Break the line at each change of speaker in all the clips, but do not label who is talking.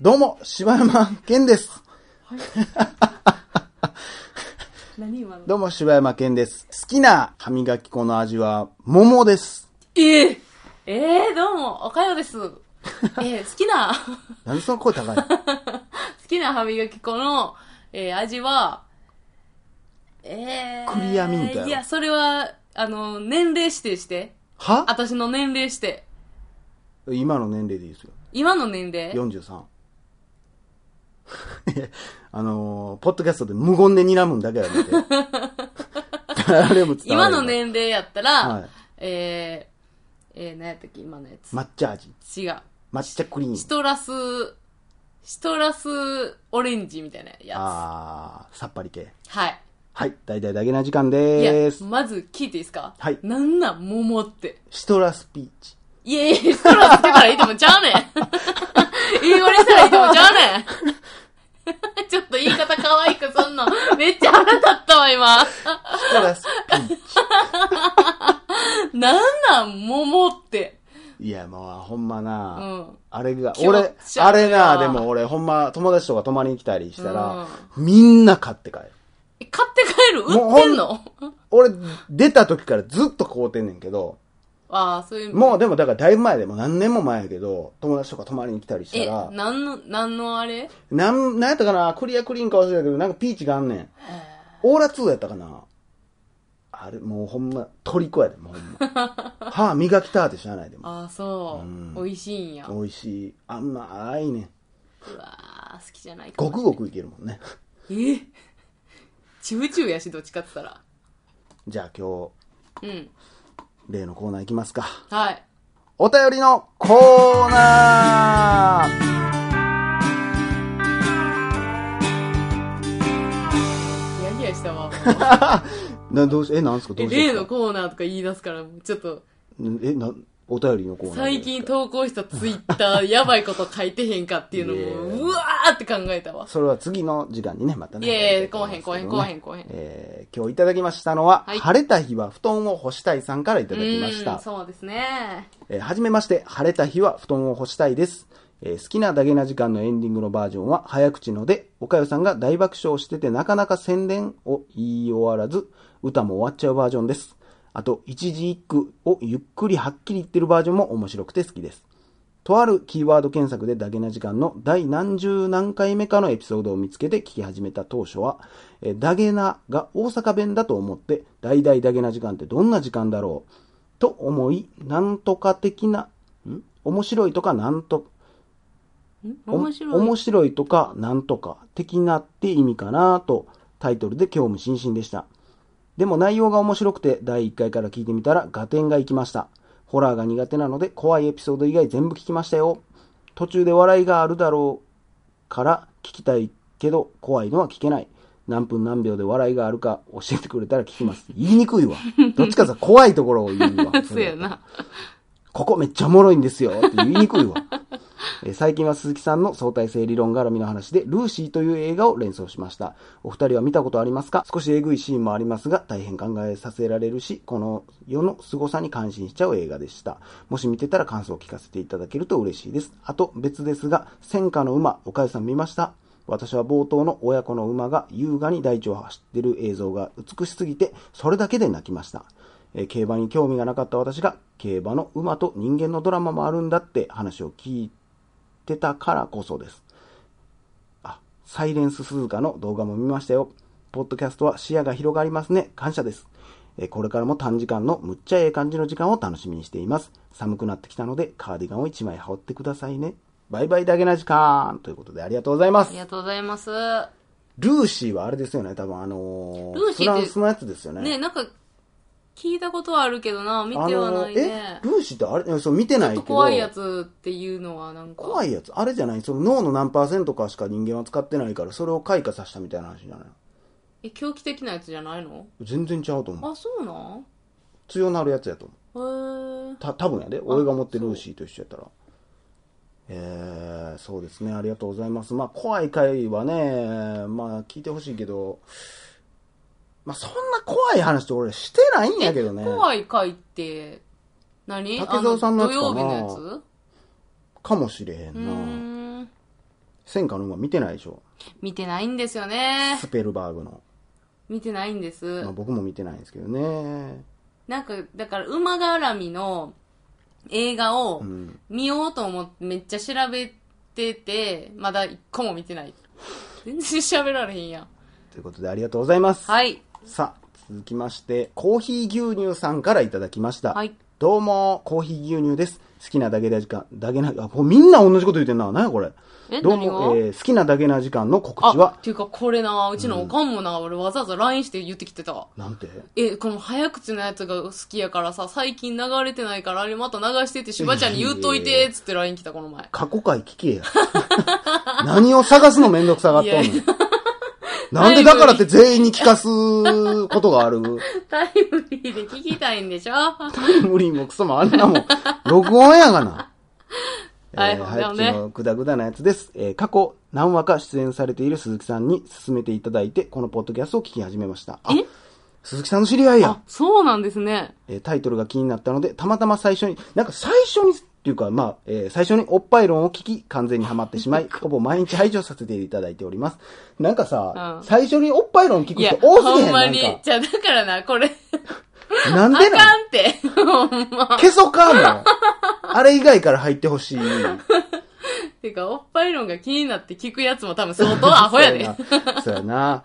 どうも、柴山健です。
はい。何今の
どうも、柴山健です。好きな歯磨き粉の味は、桃です。
ええええどうも、おかよ です。ええ好きな、 好
なんでその声 高いの
きな歯磨き粉の、ええ味は、ええ
クリアミントやろ
いや、それは、あの、年齢指定して。
は
私の年齢指定。
今の年齢でいいですよ。
今の年齢
43。あのー、ポッドキャストで無言で睨むんだけは見て。誰も伝わ
今
ら
の
ない。
年齢やったら、
はい
ええええ何やったっけ今のやつ。
抹茶味。
違う。
抹茶クリー
シ
ム。
トラス、シトラスオレンジみたいなや
あー、さっぱり系。
つ。はい。
はい、大々だけな時間
い
で
や
ーす、。
まず聞いていいですか
はい
なんなん、桃って。
シトラスピーチ。
いやいや、ストローつけたらいいともちゃうねん。 言い割りしたらいいともちゃうねん。 ちょっと言い方可愛くすんの。めっちゃ腹立ったわ、今。
シトラスピーチ。
なんなん、桃って。
いや、もう、ほんまな、
うん
あれが、
気持
俺、
ち悪いな
あれな、でも俺、ほんま、友達とか泊まりに来たりしたら、みんな買って帰る。
え買って帰る売ってんの
俺、出た時からずっと買うてんねんけど、
ああ、そういう。
もうでもだからだいぶ前でもう何年も前やけど、友達とか泊まりに来たりした
え、
ら、
なんの、なんのあれ
なん、なんやったかな、クリアクリーンか忘れたけど、なんかピーチがあんねん。オーラ2やったかな。あれ、もうほんま、虜やで、もうほん ま。歯磨きたーって知らないでも。
ああ、そう。
うん
美味しいんや。
美味しい。あんま、あいね。
うわー好きじゃないか
ご
もし
く
れん
ごくいけるもんね。
え チューチューやし、どっちかって言った
じゃあ今日、
ら。うん。
例のコーナーいきますか。
はい。
お便りのコーナー
ヒヤヒヤしたわ。
などうしえ、なんすかど
え、
うし
例
た
の
んすか
コーナーとか言い出すから、もうちょっと、
え、な、お便りのコーナー
最近投稿したツイッ ター、やばいこと書いてへんかっていうの
いや
も、うわーって考えたわ。
それは次の時間にね、またね。
いやいや、こうへん、こうへん、こうへ
ん。
ん、こうへん。
えー、今日いただきましたのは、
はい
晴れた日は布団を干したいさんからいただきまし
うーん
た。
そうですね。
えーはじめまして、晴れた日は布団を干したいです。えー好きなダゲな時間のエンディングのバージョンは早口ので、おかよさんが大爆笑しててなかなか宣伝を言い終わらず、歌も終わっちゃうバージョンです。あと、一字一句をゆっくりはっきり言ってるバージョンも面白くて好きです。とあるキーワード検索でダゲな時間の第何十何回目かのエピソードを見つけて聞き始めた当初は、えーダゲなが大阪弁だと思って、大々ダゲな時間ってどんな時間だろうと思い、なんとか的な、ん面白いとかなんと、
ん
お
面白い。
面白いとかなんとか的なって意味かなとタイトルで興味津々でした。でも内容が面白くて第1回から聞いてみたら合点がいきました。ホラーが苦手なので怖いエピソード以外全部聞きましたよ。途中で笑いがあるだろうから聞きたいけど怖いのは聞けない。何分何秒で笑いがあるか教えてくれたら聞きます。言いにくいわ。どっちかさ怖いところを言うわ。
そうやな。
ここめっちゃおもろいんですよって言いにくいわ。えー最近は鈴木さんの相対性理論絡みの話で、ルーシーという映画を連想しました。お二人は見たことありますか少しえぐいシーンもありますが、大変考えさせられるし、この世の凄さに感心しちゃう映画でした。もし見てたら感想を聞かせていただけると嬉しいです。あと、別ですが、戦火の馬、おかゆさん見ました私は冒頭の親子の馬が優雅に大地を走ってる映像が美しすぎて、それだけで泣きました。えー競馬に興味がなかった私が、競馬の馬と人間のドラマもあるんだって話を聞いて、ってたからこそです。あ、サイレンス鈴鹿の動画も見ましたよ。ポッドキャストは視野が広がりますね。感謝です。えーこれからも短時間のむっちゃええ感じの時間を楽しみにしています。寒くなってきたのでカーディガンを1枚羽織ってくださいね。バイバイだけな時間ということでありがとうございま
あ
す
り。がとうございます。ね
ルーシーはあれですよね、多分あのー
ルーシー
フラ
って
ンスのやつですよね。
なんか、聞いたことはあるけどな、見てはないね
え。ルーシーってあれいやそう見てない
ち
け
ょっと
ど。
怖いやつっていうのはなんか。
怖いやつあれじゃないその脳の何パーセントかしか人間は使ってないから、それを開花させたみたいな話じゃない
え、狂気的なやつじゃないの
全然ちゃうと思う
あ、そうなん
強なるやつやと思う
へえ。
た多分やで俺が持ってるルーシーと一緒やったらえー、そうですねありがとうございますまあ怖い回はねまあ聞いてほしいけどまあそんな怖い話って俺してないんやけどね
怖い回って何、
竹蔵さんのやつかな
あ土曜日のやつ
かもしれへん
う
な
ーん。
戦火の馬見てないでしょ。
見てないんですよね。
スペルバーグの。
見てないんです。
まあ、僕も見てないんですけどね。
なんか、だから、馬絡みの映画を
ん
見ようと思ってめっちゃ調べてて、まだ一個も見てない。全然喋られへんやん。
ということでありがとうございます。
はい。
さあ、続きまして、コーヒー牛乳さんからいただきました。
はい
どうも、コーヒー牛乳です。好きなだけな時間、だけな、あ、これみんな同じこと言ってんな。何やこれ。
え
どう
何
も、
が
えー好きなだけな時間の告知
あ
は、、
っていうかこれな、うちのおかんもな、俺わざわざ LINE して言ってきてたわ。
なんて
え、この早口のやつが好きやからさ、最近流れてないから、あれまた流してって、しばちゃんに言っといて、つって LINE 来た、この前。
過去回聞けや。 何を探すのめんどくさがっとんの
いやいや
なんでだからって全員に聞かすことがある
タイムリーで聞きたいんでしょは
無理もクソもあんなもん。 録音やがな。
はい
えー
ほんで
ハイ
ほん
チ
で
のグダグダなやつです。えー過去何話か出演されている鈴木さんに勧めていただいて、このポッドキャストを聞き始めました。あ
え
鈴木さんの知り合いや
あ。、そうなんですね。
えータイトルが気になったので、たまたま最初に、なんか最初に、っていうか、まあ、えー最初におっぱい論を聞き、完全にはまってし まい、ほぼ毎日排除させていただいております。なんかさ、
うん
最初におっぱい論聞く
いや
人、多す
ほ
ぎへ
ん
ん
ま
なん
に。
か。
じゃあ、だからな、これ、
なん
あ
でなん
かんって。ほんま。
消そうかもう。あれ以外から入ってほしい。
てか、おっぱい論が気になって聞くやつも多分相当アホや で。
そうやな。そうやな。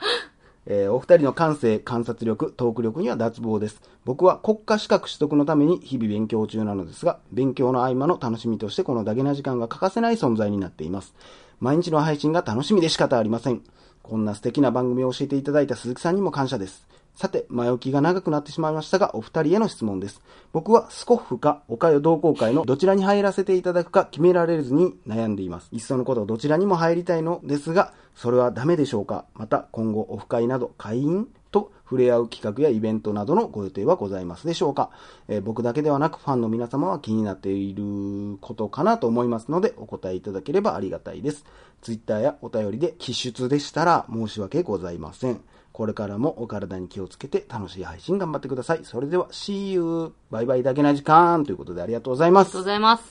えーお二人の感性、観察力、トーク力には脱帽です。僕は国家資格取得のために日々勉強中なのですが、勉強の合間の楽しみとしてこのダゲな時間が欠かせない存在になっています。毎日の配信が楽しみで仕方ありません。こんな素敵な番組を教えていただいた鈴木さんにも感謝です。さて、前置きが長くなってしまいましたが、お二人への質問です。僕はスコッフか、おかよ同好会のどちらに入らせていただくか決められずに悩んでいます。いっそのことどちらにも入りたいのですが、それはダメでしょうかまた、今後、オフ会など、会員と触れ合う企画やイベントなどのご予定はございますでしょうか、えー僕だけではなくファンの皆様は気になっていることかなと思いますのでお答えいただければありがたいです。ツイッターやお便りで寄出でしたら申し訳ございません。これからもお体に気をつけて楽しい配信頑張ってください。それでは、See you! バイバイだけな時間ということでありがとうございま
ありがとう
す
ご。ざいます。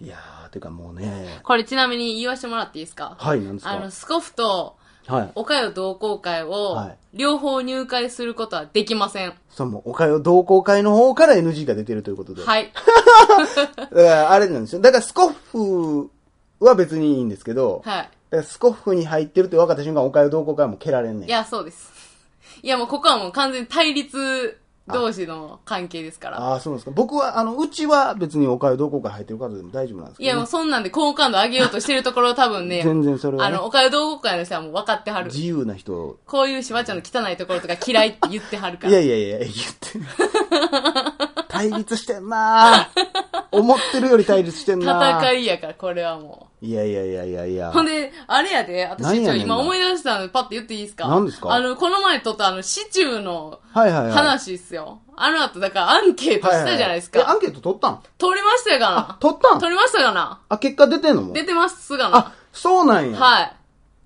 いやー、てかもうね、
これちなみに言わせてもらっていいですか
はい、なんです
あの、
か。
スコフと、
はい。
おかよ同好会を
はい、
両方入会することはできません。
そう、もう、おかよ同好会の方から NG が出てるということで。
はい。
だからあれなんですよ。だからスコッフは別にいいんですけど、
はい。
だからスコッフに入ってるって分かった瞬間、おかゆ同好会はもう蹴られんねん。
いや、そうです。いや、もうここはもう完全に対立同士の関係ですから。
ああ、そうなんですか。僕は、あの、うちは別におかゆ同好会入ってる方でも大丈夫なんです
い
け
や、
ど、
も
ね
う。そんなんで好感度上げようとしてるところ多分ね、
全然それは、
あ
ね
の、、おかゆ同好会の人はもう分かってはる。
自由な人。
こういうしばちゃんの汚いところとか嫌いって言ってはるか
い
ら。
やいやいや、言って。 対立してんなー思ってるより対立してんな
戦
ー
いやから、これはも
いやいやいやいやいや
う。。ほんで、あれやで、
なん
私、
や
ちょ、
ねんな
今思い出したので、パッて言っていいですか
何ですか
あの、この前撮ったあの、シチューの
はいはいはい。
話っすよ。あの後、だからアンケート
はい
し
はい
たじゃないです
えア
か。
ンケート取ったん
撮りましたよ
あ
か、
取った
な。撮
ん
りましたかな。
あ、結果出てんのもう
出てますが
あ
な。、
そうなんや。
はい。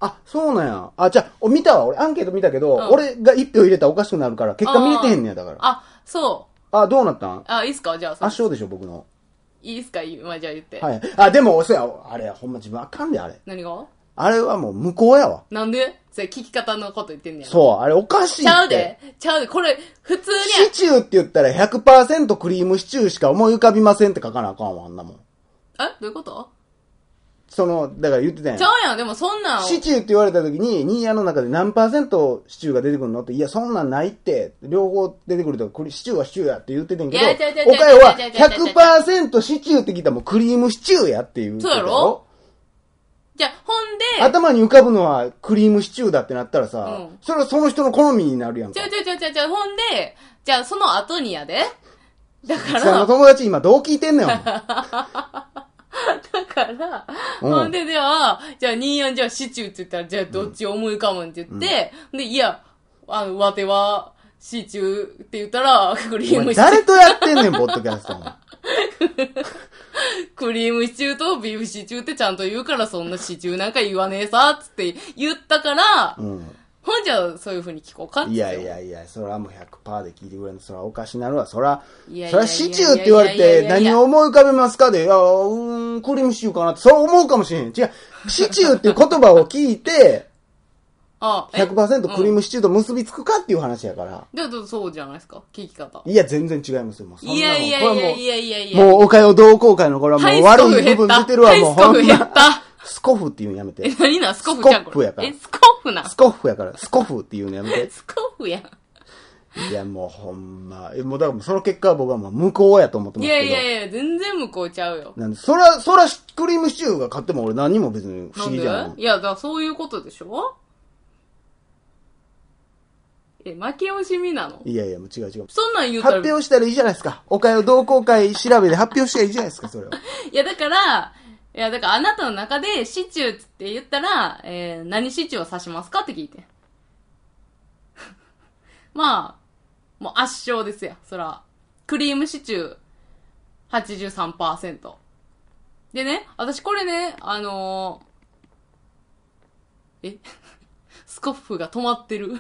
あ、そうなんや。あ、じゃあ、お見たわ。俺、アンケート見たけど、
うん
俺が1票入れたらおかしくなるから、結果見れてへんねや、だから。
あ、そう。
あ、どうなったん
あ、いいっすかじゃあ、
圧勝でしょ、僕の。
いいっすか今じゃあ言って。
はい。あ、でも、そうや、あれ、ほんま自分あかんで、あれ。
何が
あれはもう無効やわ。
なんでそれ聞き方のこと言ってんねやろ。
そう、あれおかしいって。
ちゃうで。ちゃうで。これ、普通に
シ、チューって言ったら100%クリームシチューしか思い浮かびませんって書かなあかんわ、あんなもん。
えどういうこと
その、だから言ってたやん
ち。ゃうやん。でもそんなん。
シチューって言われた時に、ニーヤの中で何パーセントシチューが出てくるのって、いや、そんなんないって、両方出てくると、これシチューはシチューやって言っててんけど
いや違う違、う違う
おかよは
違う違う違う違う
100%シチューって聞いたらもうクリームシチューやっていう。
そうやろじゃあ、ほんで、
頭に浮かぶのはクリームシチューだってなったらさ、
うん
それはその人の好みになるやん
ち
か
ゃう。ちゃうちゃうちゃうちゃう、ほんで、じゃあその後にやで。だか
さあ、
ら、
の友達今どう聞いてんねん。お前
だから、
うん
ほんで、では、じゃあ、ニーヤンじゃあ、シチューって言ったら、じゃあ、どっち思い浮かぶんって言って、で、いや、あの、わては、シチューって言ったら、クリー
お前
ムシチュー
誰とやってんねん、ポッドキャストお前。
クリームシチューとビーフシチューってちゃんと言うから、そんなシチューなんか言わねえさ、つって言ったから、
うん。
ほんじゃ、そういう風に聞こうかって。
いやいやいや、それはもう100%で聞いてくれるの、それはおかしなるわ、それは、そ
いやいやいや
れはシチューって言われ
いやいやい
て
やいや
何を思い浮かべますかで、いや、うーん、クリームシチューかなって、そう思うかもしれん。違う、シチューっていう言葉を聞いて、
あ、え
100%クリームシチューと結びつくかっていう話やから。
でもそうじゃないですか、聞き方。
いや、全然違いますよ、もうそんなの。
いやいやい
これは
や
もう
いやいやいや。
もう、おかよ同好会のこれはも
ハイ
う
スコフ
悪い
減
部
った。
分出てるわ、もう
ハイスコ
ほ
フ
ん
減っ
ま。
た。
スコフっていうのやめて
え、。何なんスコフじゃん
スコ
こ
ップ
れ
や。から
え、スコフなん
スコフやから、スコフっていうのやめて。
スコフやん。
いや、もうほんま。えもうだからその結果は僕はもう無効やと思ってま
い
すけど。
やいやいや、全然向こうちゃうよ。
なんで、そら、そら、クリームシチューが勝っても俺何も別に不
な
思
ん
議じ
で
ゃん。
いや、だからそういうことでしょえ、負け惜しみなの
いやいや、もう違う違う。
そんなん言うた
発
ら、い
表したらいいじゃないですか。おかよ同好会調べで発表したらいいじゃないですか、それは。
やだから、いやだからあなたの中でシチューって言ったら、えー何シチューを指しますかって聞いて。 まあ、もう圧勝ですよ、そら。クリームシチュー83%。でね、私これね、あのーえ スコップが止まってる。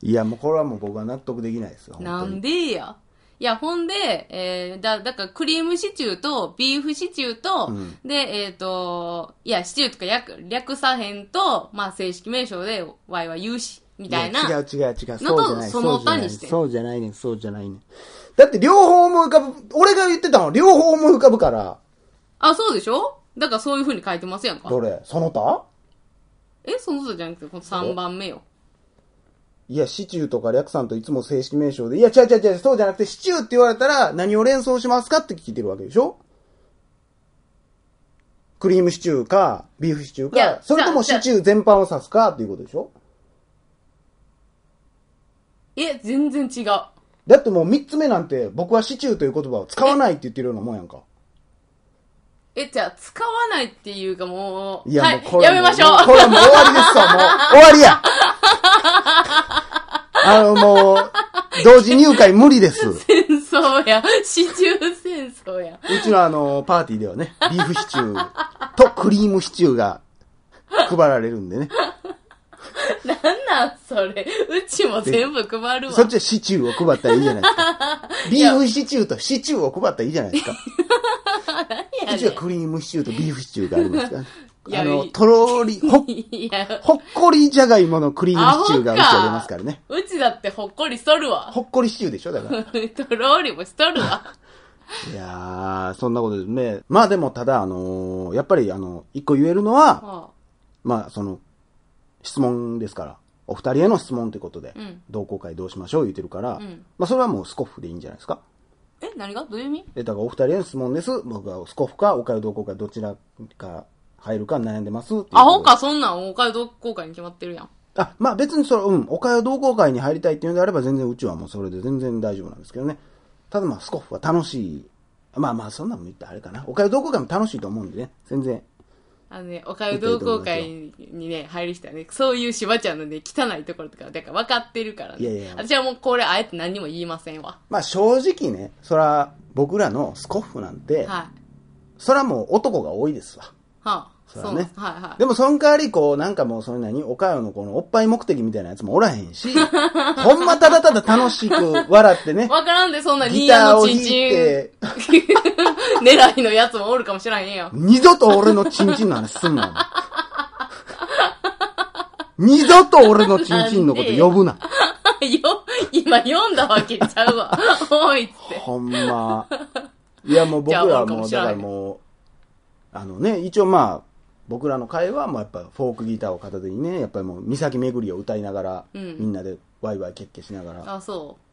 いや、もうこれはもう僕は納得できないですよ、本
な
当
ん
に。
でや。いや、ほんで、えー、だ、だから、クリームシチューと、ビーフシチューと、
うん
で、えっ、と、いや、シチューとか略、略さへんと、まあ、正式名称で、ワイは言うし、みたいな。
や違う違う違う。
の
そう
と
じゃない。
そ
そ
の
うじゃ
他
な
に
い。
して
そうじゃないねんそうじゃないねんだって両方思い浮かぶ、俺が言ってたのは両方思い浮かぶから、
あ、そうでしょだから、そういう風に書いてますやんか。
どれその他
え、その人じゃなくて、この3番目よ。
いや、シチューとか略さんといつも正式名称で、いや、違う違う違う、そうじゃなくて、シチューって言われたら何を連想しますかって聞いてるわけでしょクリームシチューか、ビーフシチュー
いや
か、それとも
じゃあ
シチュー全般を指すかっていうことでしょ
え、全然違う。
だってもう三つ目なんて、僕はシチューという言葉を使わないって言ってるようなもんやんか。
え、じゃあ、使わないっていうか、もう、
いや、
はい
もうこ、れ
やめましょう
もこれもう終わりですわ、もう。終わりや。あの、もう、同時入会無理 です。う
戦争や。シチュー戦争や。
ちのあの、パーティーではね、ビーフシチューとクリームシチューが配られるんでね。
なんなんそれ。うちも全部配るわ
そ。っちはシチューを配ったらいいじゃないです か。ビーフシチューとシチューを配ったらいいじゃないですか。
何
う
や
ちはクリームシチューとビーフシチューがありますから、ね
い。や
あの
い、い
とろり、ほっ
ねん。いや、
ほっこりじゃがいものクリームシチューがうちは出ますからね。
うちだってほっこりしとるわ。
ほっこりシチューでしょだ から。
とろーりもしと るわ。
いやー、そんなことですね。まあでもただ、あのーやっぱりあの、一個言えるのは、
あ
まあその、質問ですから。お二人への質問ってことで、
うん
同好会どうしましょう言ってるから、
ん
まあそれはもうスコフでいいんじゃないですか。
え、何がどういう意味
え、だからお二人への質問です。僕はスコフか、おかゆ同好会どちらか入るか悩んでますっていうことで
アホか、そんなん、おかゆ同好会に決まってるやん。
あ、まあ別にそれ、うん、おかよ同好会に入りたいっていうのであれば全然うちはもうそれで全然大丈夫なんですけどね。ただまあスコッフは楽しい。まあまあそんなの言ったらあれかな。おかよ同好会も楽しいと思うんでね。全然。
あのね、おかゆ同好会にね、入る人はね、そういうしばちゃんのね、汚いところとか、だから分かってるからね。
いやいや
私はもうこれ、あえて何も言いませんわ。
まあ正直ね、そら僕らのスコッフなんて、
はい。
そらもう男が多いですわ。
はあ、
そ
そう
だ
う
ね
なんですはいはい。
でもその代わりこうなんかもうそれなに、おかよのこのおっぱい目的みたいなやつもおらへんし、ほんまただただ楽しく笑って ね、
わからんで、そんなニ
ギ
ー
タ
ヤ
ーを
の
弾
チ
い
ンチン。
て、
狙いのやつもおるかもしれへんよ。
二度と俺のチンチンの話すんな。お前二度と俺のチンチンのこと呼ぶな。
よ、今読んだわけちゃうわ。 おいっつって。
ほんま。いやもう僕らはもう、
じゃ
だから
あ俺かもしれん
もう、あのね、一応まあ、僕らの会はもうやっぱフォークギターを片手にね、やっぱりもう、岬巡りを歌いながら、
うん
みんなでワイワイキャッキャしながら。
あ、そう。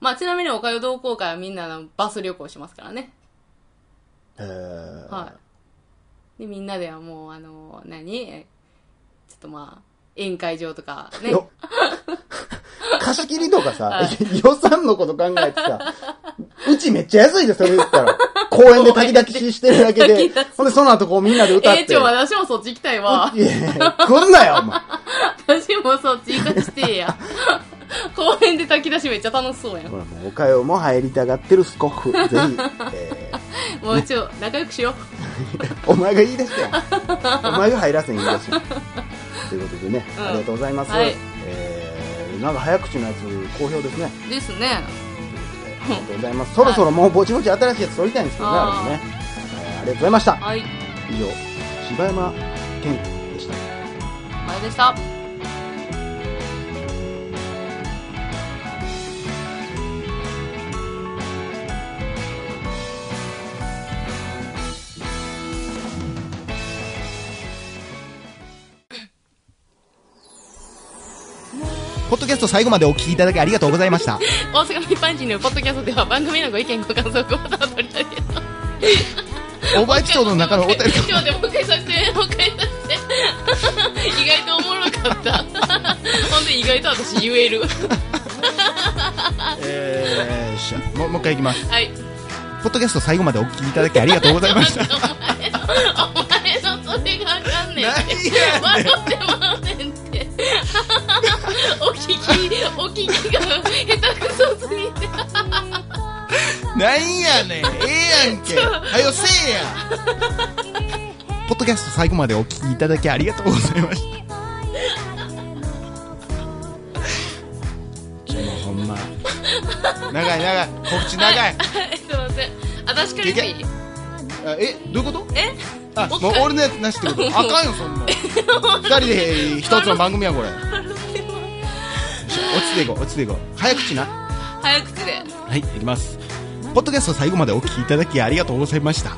まあ、ちなみにおかゆ同好会はみんなのバス旅行しますからね。
えー
はい。で、みんなではもう、あの、何えちょっとまあ、宴会場とかね。
よ 貸し切りとかさ、予算のこと考えてさ、うちめっちゃ安いで、それ言ったら。公園で炊き炊きしてるだけで
炊き炊、き
ほんでその後こうみんなで歌って。
えー、ちょ、私もそっち行きたいわ。
いやいや来んなよ、お前。
私もそっち行かしてや。 公園で炊き出しめっちゃ楽しそう やん。
ほら、もう、おかよも入りたがってるスコ ッフ。ぜひ、えー
もうちょ、仲良くしよう。
お前が言い出したやん。お前が入らせん言い出したやん
ということでね、
うん
ありがとうございます、
はい
えー、なんか早口のやつ好評ですね
ですね。
ありがとうございますそろそろもうぼちぼち新しいやつ撮りたいんですけどね
あー
あれもね、えーありがとうございました
はい。
以上柴山健でした
前でした。
ポッドキャスト最後までお聞きいただきありがとうございま した。
大阪の一般人のポッドキャストでは番組のご意見、ご感想、ごまたを取り上げた。
オーバーエピソードの中のお便りが
ちょっと待ってもう一回させて、もう一回 させて。意外とおもろかった。ほんで意外と私言える。
えー、しゃもうもう一回いきます。
はい。
ポッドキャスト最後までお聞きいただきありがとうございました。
お前のそれがあかんねん
何
って
や
笑ってまうねんってお聞きお聞きが下手くそすぎて
なんやねん。ええやんけ。はよせえや。ポッドキャスト最後までお聞きいただきありがとうございました。ちょもうほんま。長い長い。告知長い。
はいすいません私からでいい
あえ、どういうこと
え
あ、もう俺のやつなしってことあかんよ、そんな。二人で一つの番組や、これ。落ちていこう、落ちていこう。早口な。
早口で
はい、やります。ポッドキャスト最後までお聞きいただきありがとうございました。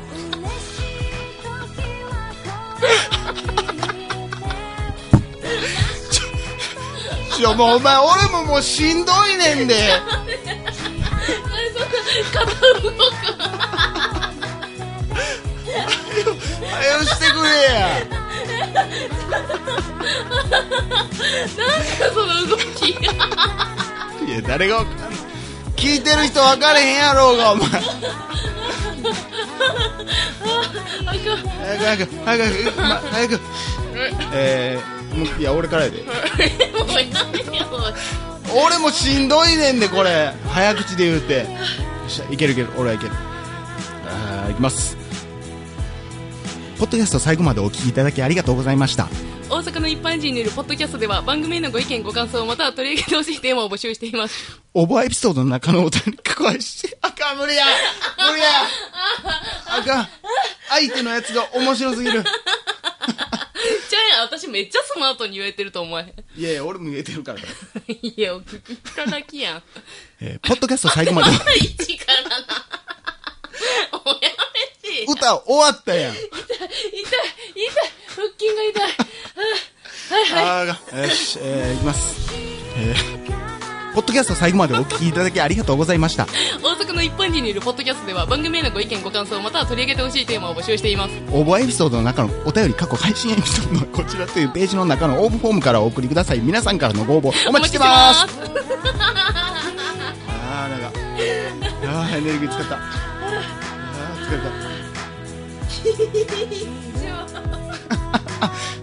ちょ、もうお前、俺ももうしんどいねんで。はよしてくれや。
その 動きが
いや誰がわかんない聞いてる人分かれへんやろうがお前
あか
早く早く早く、ま、早くえー、もういや俺からやで
んもう何やもう
俺もしんどいねんでこれ早口で言うてよっしゃいけるいける俺はいけるあーいきますポッドキャスト最後までお聞きいただきありがとうございました
大阪の一般人によるポッドキャストでは番組へのご意見ご感想または取り上げてほしいテーマを募集してい ます
オーバーエピソードの中のお便り加えしてあかん無理や無理やあかん相手のやつが面白すぎる
じゃあ私めっちゃスマートに言えてると思え
いやいや俺も言えてるから
いやお聞きいただきやん
えーポッドキャスト最後まで
一からな。もうやめて。痛い、
歌終わったやん。
痛い、腹筋が 痛い。
あーよし、えー、いきます。えー、ポッドキャスト最後までお聞きいただきありがとうございました。
大阪の一般人にいるポッドキャストでは番組へのご意見、ご感想、または取り上げてほしいテーマを募集しています。
応募エピソードの中のお便り過去配信エピソードはこちらというページの中の応募フォームからお送りください。皆さんからのご応募お
お
待ちしてます。
待ちして
あー、なんか、あー、エネルギー使った。あー、疲れた。
ます。